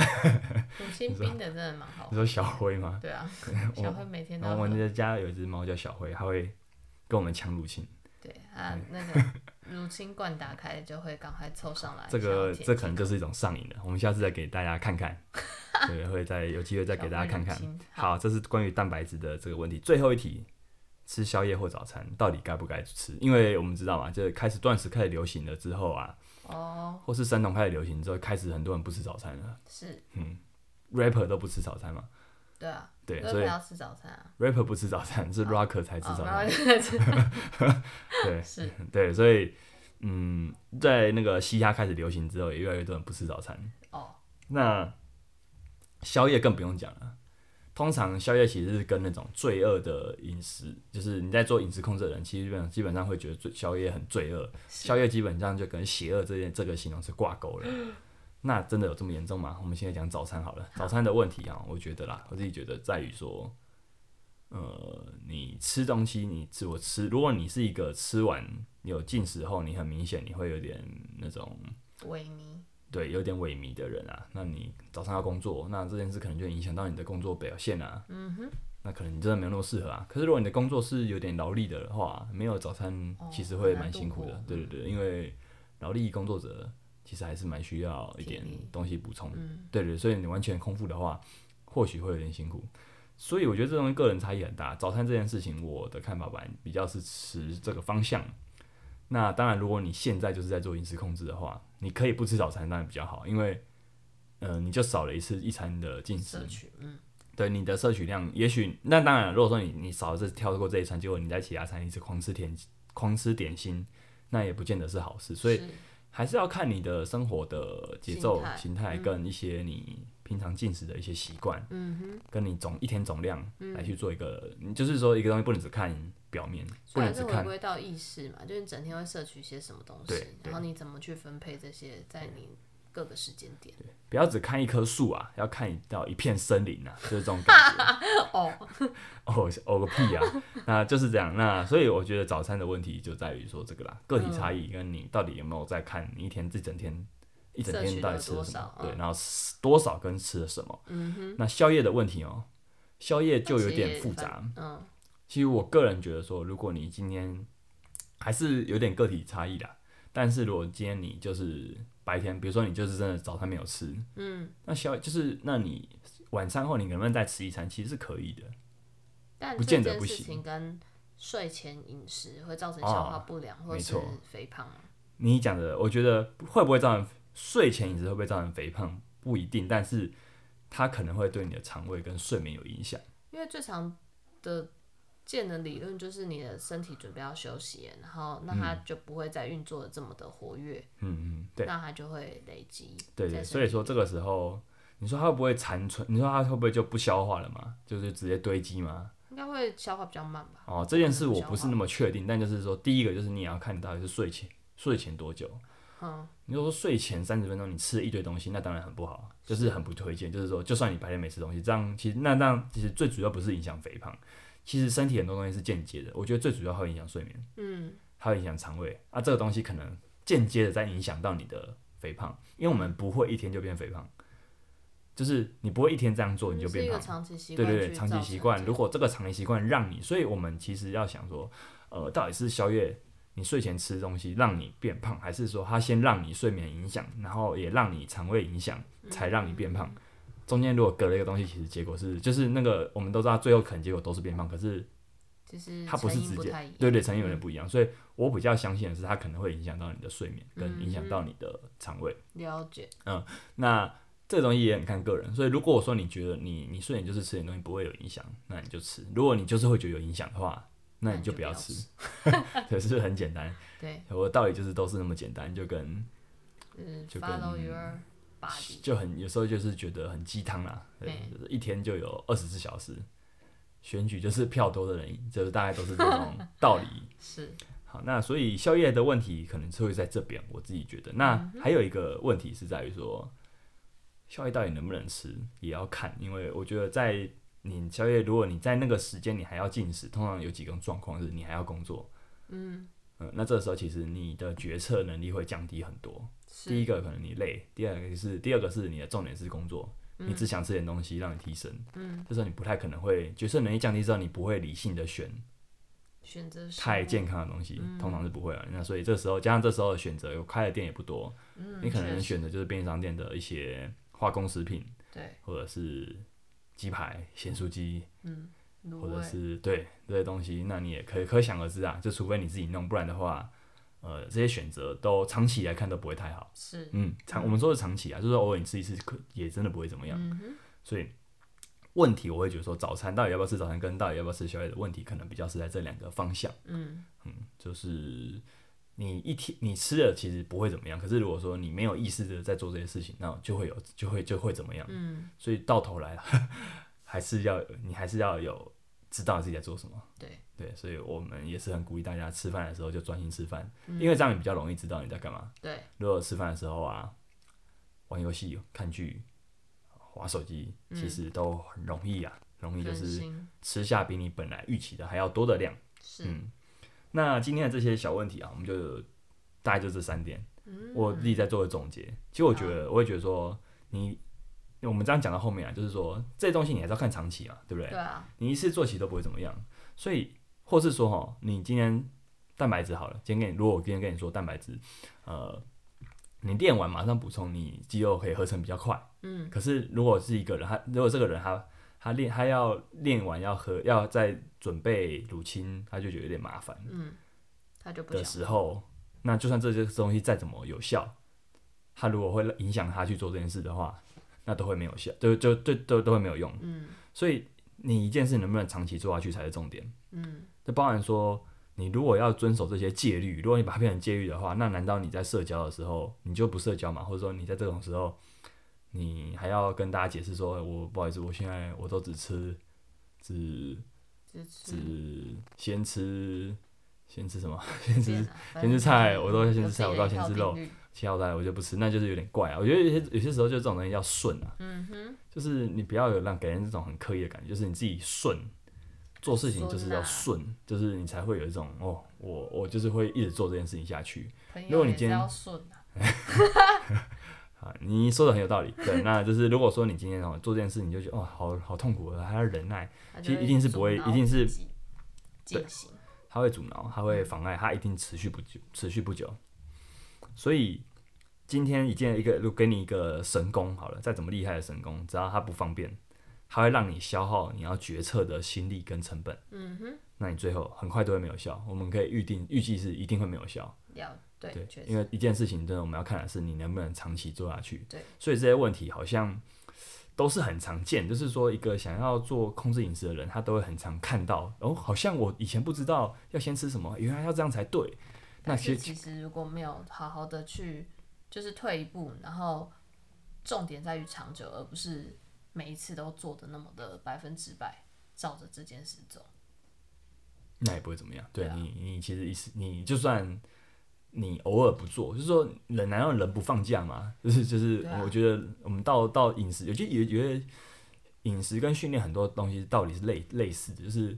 Speaker 2: 乳清冰的真的蛮好
Speaker 1: 你，说小灰吗？
Speaker 2: 对啊，
Speaker 1: 我
Speaker 2: 小慧每天都
Speaker 1: 然后
Speaker 2: 要
Speaker 1: 我
Speaker 2: 喝。
Speaker 1: 们家有一只猫叫小灰，它会跟我们抢乳清，
Speaker 2: 对啊，那个乳清罐打开就会赶快凑上来。
Speaker 1: 这个
Speaker 2: 想要
Speaker 1: 这
Speaker 2: 舔
Speaker 1: 可能就是一种上瘾了。我们下次再给大家看看，对，会再有机会再给大家看看
Speaker 2: 小。慧乳清好，
Speaker 1: 好，这是关于蛋白质的这个问题。最后一题，吃宵夜或早餐到底该不该吃？因为我们知道嘛，就是开始断食开始流行了之后啊，
Speaker 2: 哦，
Speaker 1: 或是三酮开始流行之后，开始很多人不吃早餐了。
Speaker 2: 是，
Speaker 1: 嗯，rapper 都不吃早餐嘛，
Speaker 2: 对啊，
Speaker 1: 对，
Speaker 2: 都
Speaker 1: 所
Speaker 2: 不
Speaker 1: 以
Speaker 2: 要吃早餐啊。
Speaker 1: rapper 不吃早餐，是
Speaker 2: 哦
Speaker 1: rocker 才吃
Speaker 2: 哦
Speaker 1: 早
Speaker 2: 然后
Speaker 1: 餐。对
Speaker 2: 是，
Speaker 1: 对，所以嗯，在那个嘻哈开始流行之后，也越来越多人不吃早餐。
Speaker 2: 哦，
Speaker 1: 那宵夜更不用讲了。通常宵夜其实是跟那种罪恶的饮食，就是你在做饮食控制的人，其实基本基本上会觉得罪宵夜很罪恶，
Speaker 2: 是
Speaker 1: 宵夜基本上就跟邪恶这件这个形容词挂钩了。
Speaker 2: <laughs>
Speaker 1: 那真的有这么严重吗？我们现在讲早餐好了，早餐的问题啊，我觉得啦，我自己觉得在于说，呃，你吃东西，你吃我吃，如果你是一个吃完有进食后，你很明显你会有点那种
Speaker 2: 萎靡，
Speaker 1: 对，有点萎靡的人啊，那你早上要工作，那这件事可能就影响到你的工作表现啊。
Speaker 2: 嗯哼，
Speaker 1: 那可能你真的没有那么适合啊。可是如果你的工作是有点劳力的话，没有早餐
Speaker 2: 哦
Speaker 1: 其实会
Speaker 2: 很难
Speaker 1: 蛮
Speaker 2: 度
Speaker 1: 辛苦
Speaker 2: 过嗯
Speaker 1: 的。对对对，因为劳力工作者其实还是蛮需要一
Speaker 2: 体
Speaker 1: 点
Speaker 2: 力
Speaker 1: 东西补充。
Speaker 2: 嗯，
Speaker 1: 对对，所以你完全空腹的话，或许会有点辛苦。所以我觉得这东西个人差异很大。早餐这件事情，我的看法吧，比较是持这个方向。那当然，如果你现在就是在做饮食控制的话，你可以不吃早餐，当然比较好，因为，呃，你就少了一次一餐的进食
Speaker 2: 摄，取，嗯，
Speaker 1: 对你的摄取量，也许那当然，如果说你你少了这跳过这一餐，结果你在其他餐一直狂吃甜狂吃点心，那也不见得是好事。所以
Speaker 2: 是
Speaker 1: 还是要看你的生活的节奏
Speaker 2: 心、态
Speaker 1: 形态跟一些你平常进食的一些习惯，
Speaker 2: 嗯
Speaker 1: 跟你总一天总量来去做一个，你就是说一个东西不能只看表面
Speaker 2: 哼，，
Speaker 1: 不
Speaker 2: 所
Speaker 1: 能
Speaker 2: 以还
Speaker 1: 只
Speaker 2: 是回
Speaker 1: 看
Speaker 2: 归到意识嘛，就是你整天会摄取一些什么东
Speaker 1: 对
Speaker 2: 西，
Speaker 1: 对
Speaker 2: 然后你怎么去分配这些在你各个时间点。
Speaker 1: 不要只看一棵树啊，要看一到一片森林啊，就是这种感
Speaker 2: <laughs>
Speaker 1: 觉。
Speaker 2: 哦，
Speaker 1: <laughs> 哦哦个屁啊！那就是这样。那所以我觉得早餐的问题就在于说这个啦，个体差
Speaker 2: 嗯
Speaker 1: 异跟你到底有没有在看你一天这整天一整
Speaker 2: 摄取
Speaker 1: 天到底
Speaker 2: 了
Speaker 1: 吃了
Speaker 2: 多
Speaker 1: 什么
Speaker 2: 少，
Speaker 1: 对，
Speaker 2: 嗯
Speaker 1: 然后吃多少跟吃了什么。
Speaker 2: 嗯哼，
Speaker 1: 那宵夜的问题哦，宵夜就有
Speaker 2: 那其实
Speaker 1: 点
Speaker 2: 也
Speaker 1: 复
Speaker 2: 反
Speaker 1: 杂。
Speaker 2: 嗯，
Speaker 1: 其实我个人觉得说，如果你今天还是有点个体差异啦，但是如果今天你就是白天，比如说你就是真的早餐没有吃，
Speaker 2: 嗯，
Speaker 1: 那宵就是那你晚餐后你能不能再吃一餐，其实是可以的。
Speaker 2: 但
Speaker 1: 不
Speaker 2: 这
Speaker 1: 见
Speaker 2: 件
Speaker 1: 得不
Speaker 2: 事
Speaker 1: 行
Speaker 2: 情跟睡前饮食会造成
Speaker 1: 哦
Speaker 2: 消化不良或
Speaker 1: 没
Speaker 2: 是
Speaker 1: 错
Speaker 2: 肥胖吗？
Speaker 1: 你讲的，我觉得会不会造成睡前饮食会不会造成肥胖，不一定，但是它可能会对你的肠胃跟睡眠有影响。
Speaker 2: 因为最常的见的理论就是你的身体准备要休息，然后那它就不会再运作的这么的活跃，
Speaker 1: 嗯嗯，对
Speaker 2: 那它就会累积。
Speaker 1: 对对，所以说这个时候，你说它会不会残存？你说它会不会就不消化了嘛？就是直接堆积嘛？
Speaker 2: 应该会消化比较慢吧？
Speaker 1: 哦，这件事我
Speaker 2: 可能
Speaker 1: 不
Speaker 2: 不
Speaker 1: 是
Speaker 2: 消化
Speaker 1: 那么确定，但就是说，第一个就是你也要看你到底是睡前睡前多久，
Speaker 2: 嗯，
Speaker 1: 你如果说睡前三十分钟你吃了一堆东西，那当然很不好，啊就是很不推荐。就是说，就算你白天没吃东西，这样其实那这样其实最主要不是影响肥胖，其实身体很多东西是间接的。我觉得最主要会影响睡眠，
Speaker 2: 嗯，
Speaker 1: 还有影响肠胃啊，这个东西可能间接的在影响到你的肥胖，因为我们不会一天就变肥胖，就是你不会一天这样做你就
Speaker 2: 这是一
Speaker 1: 变
Speaker 2: 个
Speaker 1: 胖。
Speaker 2: 长期习
Speaker 1: 对
Speaker 2: 惯，
Speaker 1: 对对，长期习惯。如果这个长期习惯让你，所以我们其实要想说，呃，到底是宵夜你睡前吃东西让你变胖，还是说它先让你睡眠影响，然后也让你肠胃影响，
Speaker 2: 嗯
Speaker 1: 才让你变胖？中间如果隔了一个东西，其实结果是就是那个我们都知道，最后可能结果都是变胖，可
Speaker 2: 嗯
Speaker 1: 是
Speaker 2: 就是
Speaker 1: 它不是
Speaker 2: 成因
Speaker 1: 直
Speaker 2: 不
Speaker 1: 接
Speaker 2: 太一样
Speaker 1: 对对成因有
Speaker 2: 嗯
Speaker 1: 点不一样，所以我比较相信的是它可能会影响到你的睡眠，
Speaker 2: 嗯
Speaker 1: 跟影响到你的肠胃。
Speaker 2: 了解，
Speaker 1: 那这个东西也很看个人，所以如果我说你觉得你你睡前就是吃点东西不会有影响，那你就吃；如果你就是会觉得有影响的话，那你就不要吃。 <laughs> 对，是不是很简单？
Speaker 2: 对，
Speaker 1: 我的道理就是都是那么简单，就跟
Speaker 2: 嗯
Speaker 1: 就
Speaker 2: ，follow
Speaker 1: 跟
Speaker 2: your body，
Speaker 1: 就很有时候就是觉得很鸡汤啦，对
Speaker 2: 嗯
Speaker 1: 就是一天就有二十四小时。选举就是票多的人赢，就是大概都是这种道理。
Speaker 2: 是
Speaker 1: 好，那所以宵夜的问题可能是会在这边，我自己觉得。
Speaker 2: 嗯
Speaker 1: 那还有一个问题是在于说，宵夜到底能不能吃，也要看，因为我觉得在你宵夜，如果你在那个时间你还要进食，通常有几种状况是你还要工作，嗯那这时候其实你的决策能力会降低很多。第一
Speaker 2: 是，
Speaker 1: 个可能你累，第二个是第二个是你的重点是工作，你只想吃点东西让你提神，
Speaker 2: 嗯，
Speaker 1: 这时候你不太可能会决策能力降低之后，你不会理性的选
Speaker 2: 选择食
Speaker 1: 太
Speaker 2: 物
Speaker 1: 健康的东西，通常是不会了。那所以这时候加上这时候的选择，有开的店也不多，
Speaker 2: 嗯
Speaker 1: 你可能
Speaker 2: 确
Speaker 1: 选择就是便利商店的一些化工食品，
Speaker 2: 对
Speaker 1: 或者是鸡排、咸酥鸡，
Speaker 2: 卤
Speaker 1: 或者
Speaker 2: 味，
Speaker 1: 是对这些东西，那你也可以可想而知啊。就除非你自己弄，不然的话，呃，这些选择都长期来看都不会太好。
Speaker 2: 是
Speaker 1: 嗯，长我们说的长期啊，就是说偶尔你吃一次，可也真的不会怎么样。
Speaker 2: 嗯哼，
Speaker 1: 所以问题我会觉得说，早餐到底要不要吃早餐，跟到底要不要吃宵夜的问题，可能比较是在这两个方向。
Speaker 2: 嗯，
Speaker 1: 就是你一天你吃了其实不会怎么样，可是如果说你没有意识的在做这些事情，那就会有就会就会怎么样。
Speaker 2: 嗯，
Speaker 1: 所以到头来 <laughs> 还是要你还是要有知道自己在做什么。
Speaker 2: 对，
Speaker 1: 对，所以我们也是很鼓励大家吃饭的时候就专心吃饭，
Speaker 2: 嗯
Speaker 1: 因为这样你比较容易知道你在干嘛。
Speaker 2: 对，
Speaker 1: 如果吃饭的时候啊，玩游戏、看剧、划手机，其实都很容易啊，容易就
Speaker 2: 分
Speaker 1: 是
Speaker 2: 嗯心
Speaker 1: 吃下比你本来预期的还要多的量。嗯
Speaker 2: 是
Speaker 1: 那今天的这些小问题啊，我们就大概就这三点，
Speaker 2: 嗯
Speaker 1: 我自己在做个总结。其实我觉得，我会觉得说，你我们这样讲到后面啊，就是说这些东西你还是要看长期嘛，对不对？
Speaker 2: 对啊，
Speaker 1: 你一次做起都不会怎么样，所以或是说哈，你今天蛋白质好了，今天跟你如果我今天跟你说蛋白质，呃，你练完马上补充，你肌肉可以合成比较快。
Speaker 2: 嗯，
Speaker 1: 可是如果是一个人，他如果这个人他他练他要练完要合要再准备乳清，他就觉得有点麻烦。
Speaker 2: 他就不
Speaker 1: 的
Speaker 2: 想
Speaker 1: 时候，那就算这些东西再怎么有效，它如果会影响他去做这件事的话，那都会没有效，就就就都都会没有用。
Speaker 2: 嗯，
Speaker 1: 所以你一件事能不能长期做下去才是重点。
Speaker 2: 嗯，
Speaker 1: 这包含说，你如果要遵守这些戒律，如果你把它变成戒律的话，那难道你在社交的时候你就不社交嘛？或者说你在这种时候，你还要跟大家解释说，我不好意思，我现在我都只吃只
Speaker 2: 只吃
Speaker 1: 只先吃先吃什么？先吃
Speaker 2: 面啊
Speaker 1: <laughs>
Speaker 2: 反
Speaker 1: 先吃
Speaker 2: 正就是
Speaker 1: 菜我都要先
Speaker 2: 有
Speaker 1: 吃
Speaker 2: 自
Speaker 1: 菜
Speaker 2: 己
Speaker 1: 我
Speaker 2: 的
Speaker 1: 都要
Speaker 2: 一
Speaker 1: 先
Speaker 2: 套
Speaker 1: 吃
Speaker 2: 定
Speaker 1: 肉
Speaker 2: 律
Speaker 1: 其他我当然我就不吃，那就是有点怪啊。我觉得有些有些时候就这种东西要顺啊，
Speaker 2: 嗯哼，
Speaker 1: 就是你不要有让给人这种很刻意的感觉，就是你自己顺，做事情就是要顺，就是你才会有一种哦，我我就是会一直做这件事情下去
Speaker 2: 朋友
Speaker 1: 如果你
Speaker 2: 也是
Speaker 1: 今天
Speaker 2: 要顺啊，
Speaker 1: 啊。你说的很有道理，对。那就是如果说你今天哦做这件事，你就觉得哦好好痛苦，还要忍耐，
Speaker 2: 他
Speaker 1: 其实
Speaker 2: 就
Speaker 1: 一定是不
Speaker 2: 阻
Speaker 1: 会
Speaker 2: 挠
Speaker 1: 一定是
Speaker 2: 自己进行，
Speaker 1: 它会阻挠，它会妨碍，它一定持续不久，持续不久。所以今天一件一个，如果给你一个神功好了，再怎么厉害的神功，只要它不方便，它会让你消耗你要决策的心力跟成本。
Speaker 2: 嗯哼，
Speaker 1: 那你最后很快都会没有效。我们可以预定预计是一定会没有效。
Speaker 2: 要对，
Speaker 1: 对
Speaker 2: 确，实
Speaker 1: 因为一件事情，真的我们要看的是你能不能长期做下去。
Speaker 2: 对，
Speaker 1: 所以这些问题好像都是很常见，就是说一个想要做控制饮食的人，他都会很常看到，哦，好像我以前不知道要先吃什么，原来要这样才对。那
Speaker 2: 但
Speaker 1: 其
Speaker 2: 哎是
Speaker 1: 实
Speaker 2: 其实如果没有好好的去，就是退一步，然后重点在于长久，而不是每一次都做的那么的百分之百照着这件事走。
Speaker 1: 那也不会怎么样。对
Speaker 2: 对啊
Speaker 1: 你，你其实一时你就算你偶尔不做，就是说人难道人不放假吗？就是就是
Speaker 2: 对啊，
Speaker 1: 我觉得我们到到饮食，有些也觉得饮食跟训练很多东西道理是类类似的，就是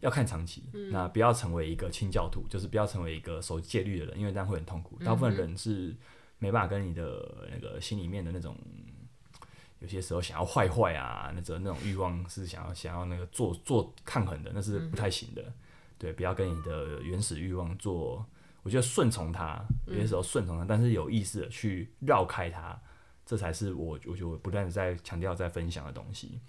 Speaker 1: 要看长期。
Speaker 2: 嗯
Speaker 1: 那不要成为一个清教徒，就是不要成为一个守戒律的人，因为这样会很痛苦。大部
Speaker 2: 嗯
Speaker 1: 分人是没办法跟你的那个心里面的那种。有些时候想要坏坏啊，那种那种欲望是想要想要那个做做抗衡的，那
Speaker 2: 嗯
Speaker 1: 是不太行的。对，不要跟你的原始欲望做，我觉得顺从它，有些时候顺从它，但是有意识的去绕开它，这才是我我觉得我不断的在强调在分享的东西。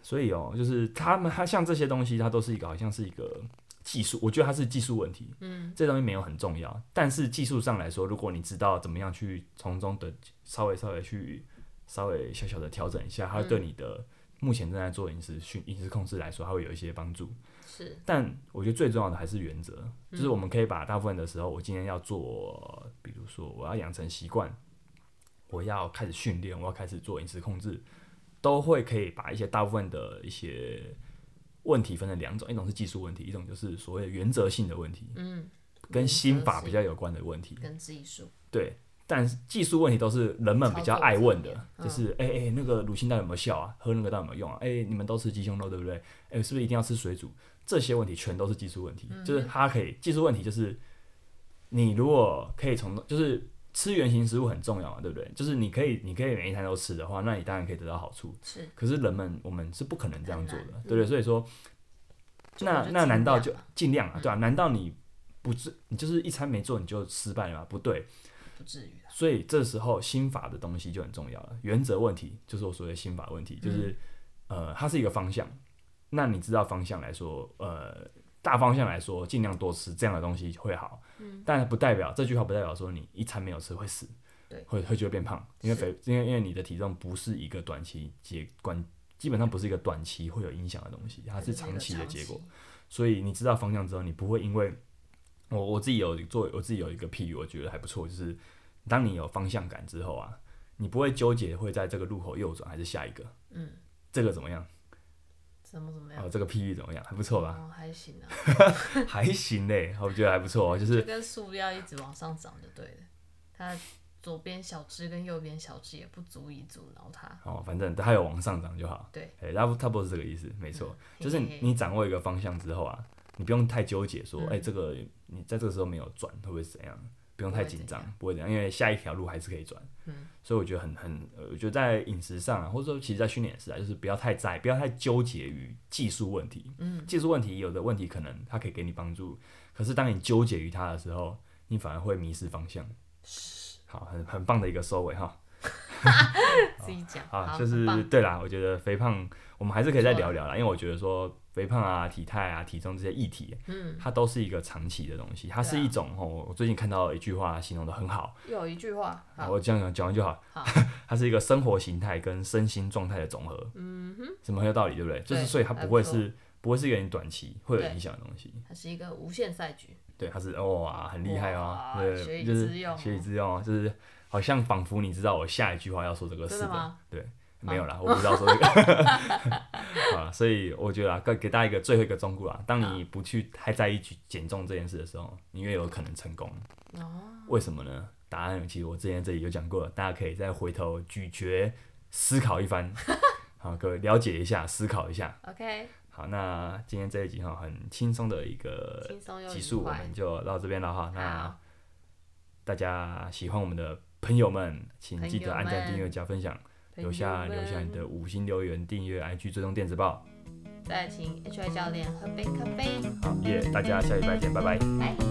Speaker 1: 所以哦，就是他们他像这些东西，它都是一个好像是一个技术，我觉得它是技术问题。嗯，这东西没有很重要，但是技术上来说，如果你知道怎么样去从中的稍微稍微去稍微小小的调整一下，它对你的目前正在做饮食训饮食控制来说，它会有一些帮助。
Speaker 2: 是，
Speaker 1: 但我觉得最重要的还是原则，
Speaker 2: 嗯
Speaker 1: 就是我们可以把大部分的时候，我今天要做，比如说我要养成习惯，我要开始训练，我要开始做饮食控制，都会可以把一些大部分的一些问题分成两种，一种是技术问题，一种就是所谓的原则性的问题，
Speaker 2: 嗯，
Speaker 1: 跟心法
Speaker 2: 原则性
Speaker 1: 比较有关的问题。
Speaker 2: 跟技术，
Speaker 1: 对，但是技术问题都是人们比较爱问的，
Speaker 2: 操作层面嗯
Speaker 1: 就是哎哎、那个乳清到底有没有效啊？喝那个到底有没有用啊？哎、你们都吃鸡胸肉对不对？哎、是不是一定要吃水煮？这些问题全都是技术问
Speaker 2: 嗯
Speaker 1: 题，就是它可以技术问题就是你如果可以从就是吃原型食物很重要嘛，对不对？就是你可以你可以每一餐都吃的话，那你当然可以得到好处。
Speaker 2: 是，
Speaker 1: 可是人们我们是不可能这样做的
Speaker 2: 很难，
Speaker 1: 对不对？所以说，
Speaker 2: 嗯就我
Speaker 1: 那
Speaker 2: 就
Speaker 1: 那
Speaker 2: 尽
Speaker 1: 难道
Speaker 2: 量
Speaker 1: 就
Speaker 2: 吧嗯
Speaker 1: 尽量啊？对啊，难道你不是你就是一餐没做你就失败了吗？不对，
Speaker 2: 不至于啦，
Speaker 1: 所以这时候心法的东西就很重要了。原则问题就是我所谓的心法问题，
Speaker 2: 嗯
Speaker 1: 就是、呃，它是一个方向。那你知道方向来说，呃，大方向来说，尽量多吃这样的东西会好。嗯、但不代表这句话不代表说你一餐没有吃会死，
Speaker 2: 对
Speaker 1: 会会就会变胖，因为
Speaker 2: 是
Speaker 1: 肥，因为因为你的体重不是一个短期结关，基本上不是一个短期会有影响的东西，它
Speaker 2: 它
Speaker 1: 是
Speaker 2: 就是一
Speaker 1: 长
Speaker 2: 个
Speaker 1: 期的
Speaker 2: 长
Speaker 1: 结果
Speaker 2: 期。，
Speaker 1: 所以你知道方向之后，你不会因为我我自己有做，我自己有一个譬喻，我觉得还不错，就是当你有方向感之后啊，你不会纠结会在这个路口右转还是下一个，
Speaker 2: 嗯，
Speaker 1: 这个怎么样？
Speaker 2: 怎么怎么样
Speaker 1: 哦，，这个譬喻怎么样？还不错吧？
Speaker 2: 哦，还行啊， <laughs>
Speaker 1: 还行嘞，我觉得还不错哦，就
Speaker 2: 就是跟树要一直往上长就对了，它左边小枝跟右边小枝也不足以阻挠它，
Speaker 1: 哦，反正它有往上涨就好。
Speaker 2: 对，
Speaker 1: 哎，差不差不多是这个意思，没错，就是
Speaker 2: 嘿嘿
Speaker 1: 你掌握一个方向之后啊，你不用太纠结说，哎、这个你在这个时候没有转会不会怎样？不用太紧张，不会怎样，因为下一条路还是可以转。
Speaker 2: 嗯，
Speaker 1: 所以我觉得很很，呃我觉得在饮食上啊，或者说其实在训练也是啊，就是不要太在，不要太纠结于技术问题。嗯，技术问题有的问题可能它可以给你帮助，可是当你纠结于它的时候，你反而会迷失方向。好，很很棒的一个收尾哈。
Speaker 2: 自己讲，
Speaker 1: 啊，
Speaker 2: 好，
Speaker 1: 就
Speaker 2: 很
Speaker 1: 是
Speaker 2: 棒
Speaker 1: 对啦，我觉得肥胖我们还是可以再
Speaker 2: 不错
Speaker 1: 聊聊啦，因为我觉得说肥胖啊、体态啊、体重这些议题，嗯，它都是一个长期的东西，它
Speaker 2: 对啊
Speaker 1: 是一种哦，我最近看到一句话形容的很好，
Speaker 2: 又有一句话，
Speaker 1: 啊
Speaker 2: 好，
Speaker 1: 我这样讲讲完就好，
Speaker 2: 好
Speaker 1: <laughs> 它是一个生活形态跟身心状态的总和，嗯哼，什么很有道理，对不对？就是
Speaker 2: 对
Speaker 1: 所以它
Speaker 2: 还
Speaker 1: 不
Speaker 2: 不
Speaker 1: 会
Speaker 2: 错
Speaker 1: 是不会是一个你短期会有
Speaker 2: 对
Speaker 1: 影响的东西，
Speaker 2: 它是一个无限赛局，
Speaker 1: 对，它是哇，很厉害哦，
Speaker 2: 哇
Speaker 1: 对，
Speaker 2: 学以
Speaker 1: 就是
Speaker 2: 致用哦
Speaker 1: 学以致用哦，就是好像仿佛你知道我下一句话要说这个
Speaker 2: 真
Speaker 1: 是
Speaker 2: 的吗？
Speaker 1: 对，没有啦，我不知道说这个。
Speaker 2: <laughs>
Speaker 1: <laughs> 好啦所以我觉得啊，给给大家一个最后一个忠告啊，当你不去太在意去减重这件事的时候，你越有可能成功。
Speaker 2: 哦
Speaker 1: 为什么呢？答案其实我之前这里有讲过了，大家可以再回头咀嚼思考一
Speaker 2: <laughs>
Speaker 1: 番。好，各位了解一下，思考一下。
Speaker 2: ，OK，
Speaker 1: 好，那今天这一集哈，很轻松的一个
Speaker 2: 轻松又
Speaker 1: 集
Speaker 2: 愉
Speaker 1: 呃数，我
Speaker 2: 快
Speaker 1: 们，就到这边了哈。那
Speaker 2: 好，
Speaker 1: 大家喜欢我们的朋友们，请记得
Speaker 2: 朋友
Speaker 1: 按
Speaker 2: 们
Speaker 1: 赞、订阅、加分享。留下
Speaker 2: 朋友
Speaker 1: 留下你
Speaker 2: 们
Speaker 1: 的五星留言、订阅、IG 追踪电子报。
Speaker 2: 再请 HY 教练喝杯咖啡，
Speaker 1: 好，耶、大家下礼拜见，拜拜。
Speaker 2: 拜。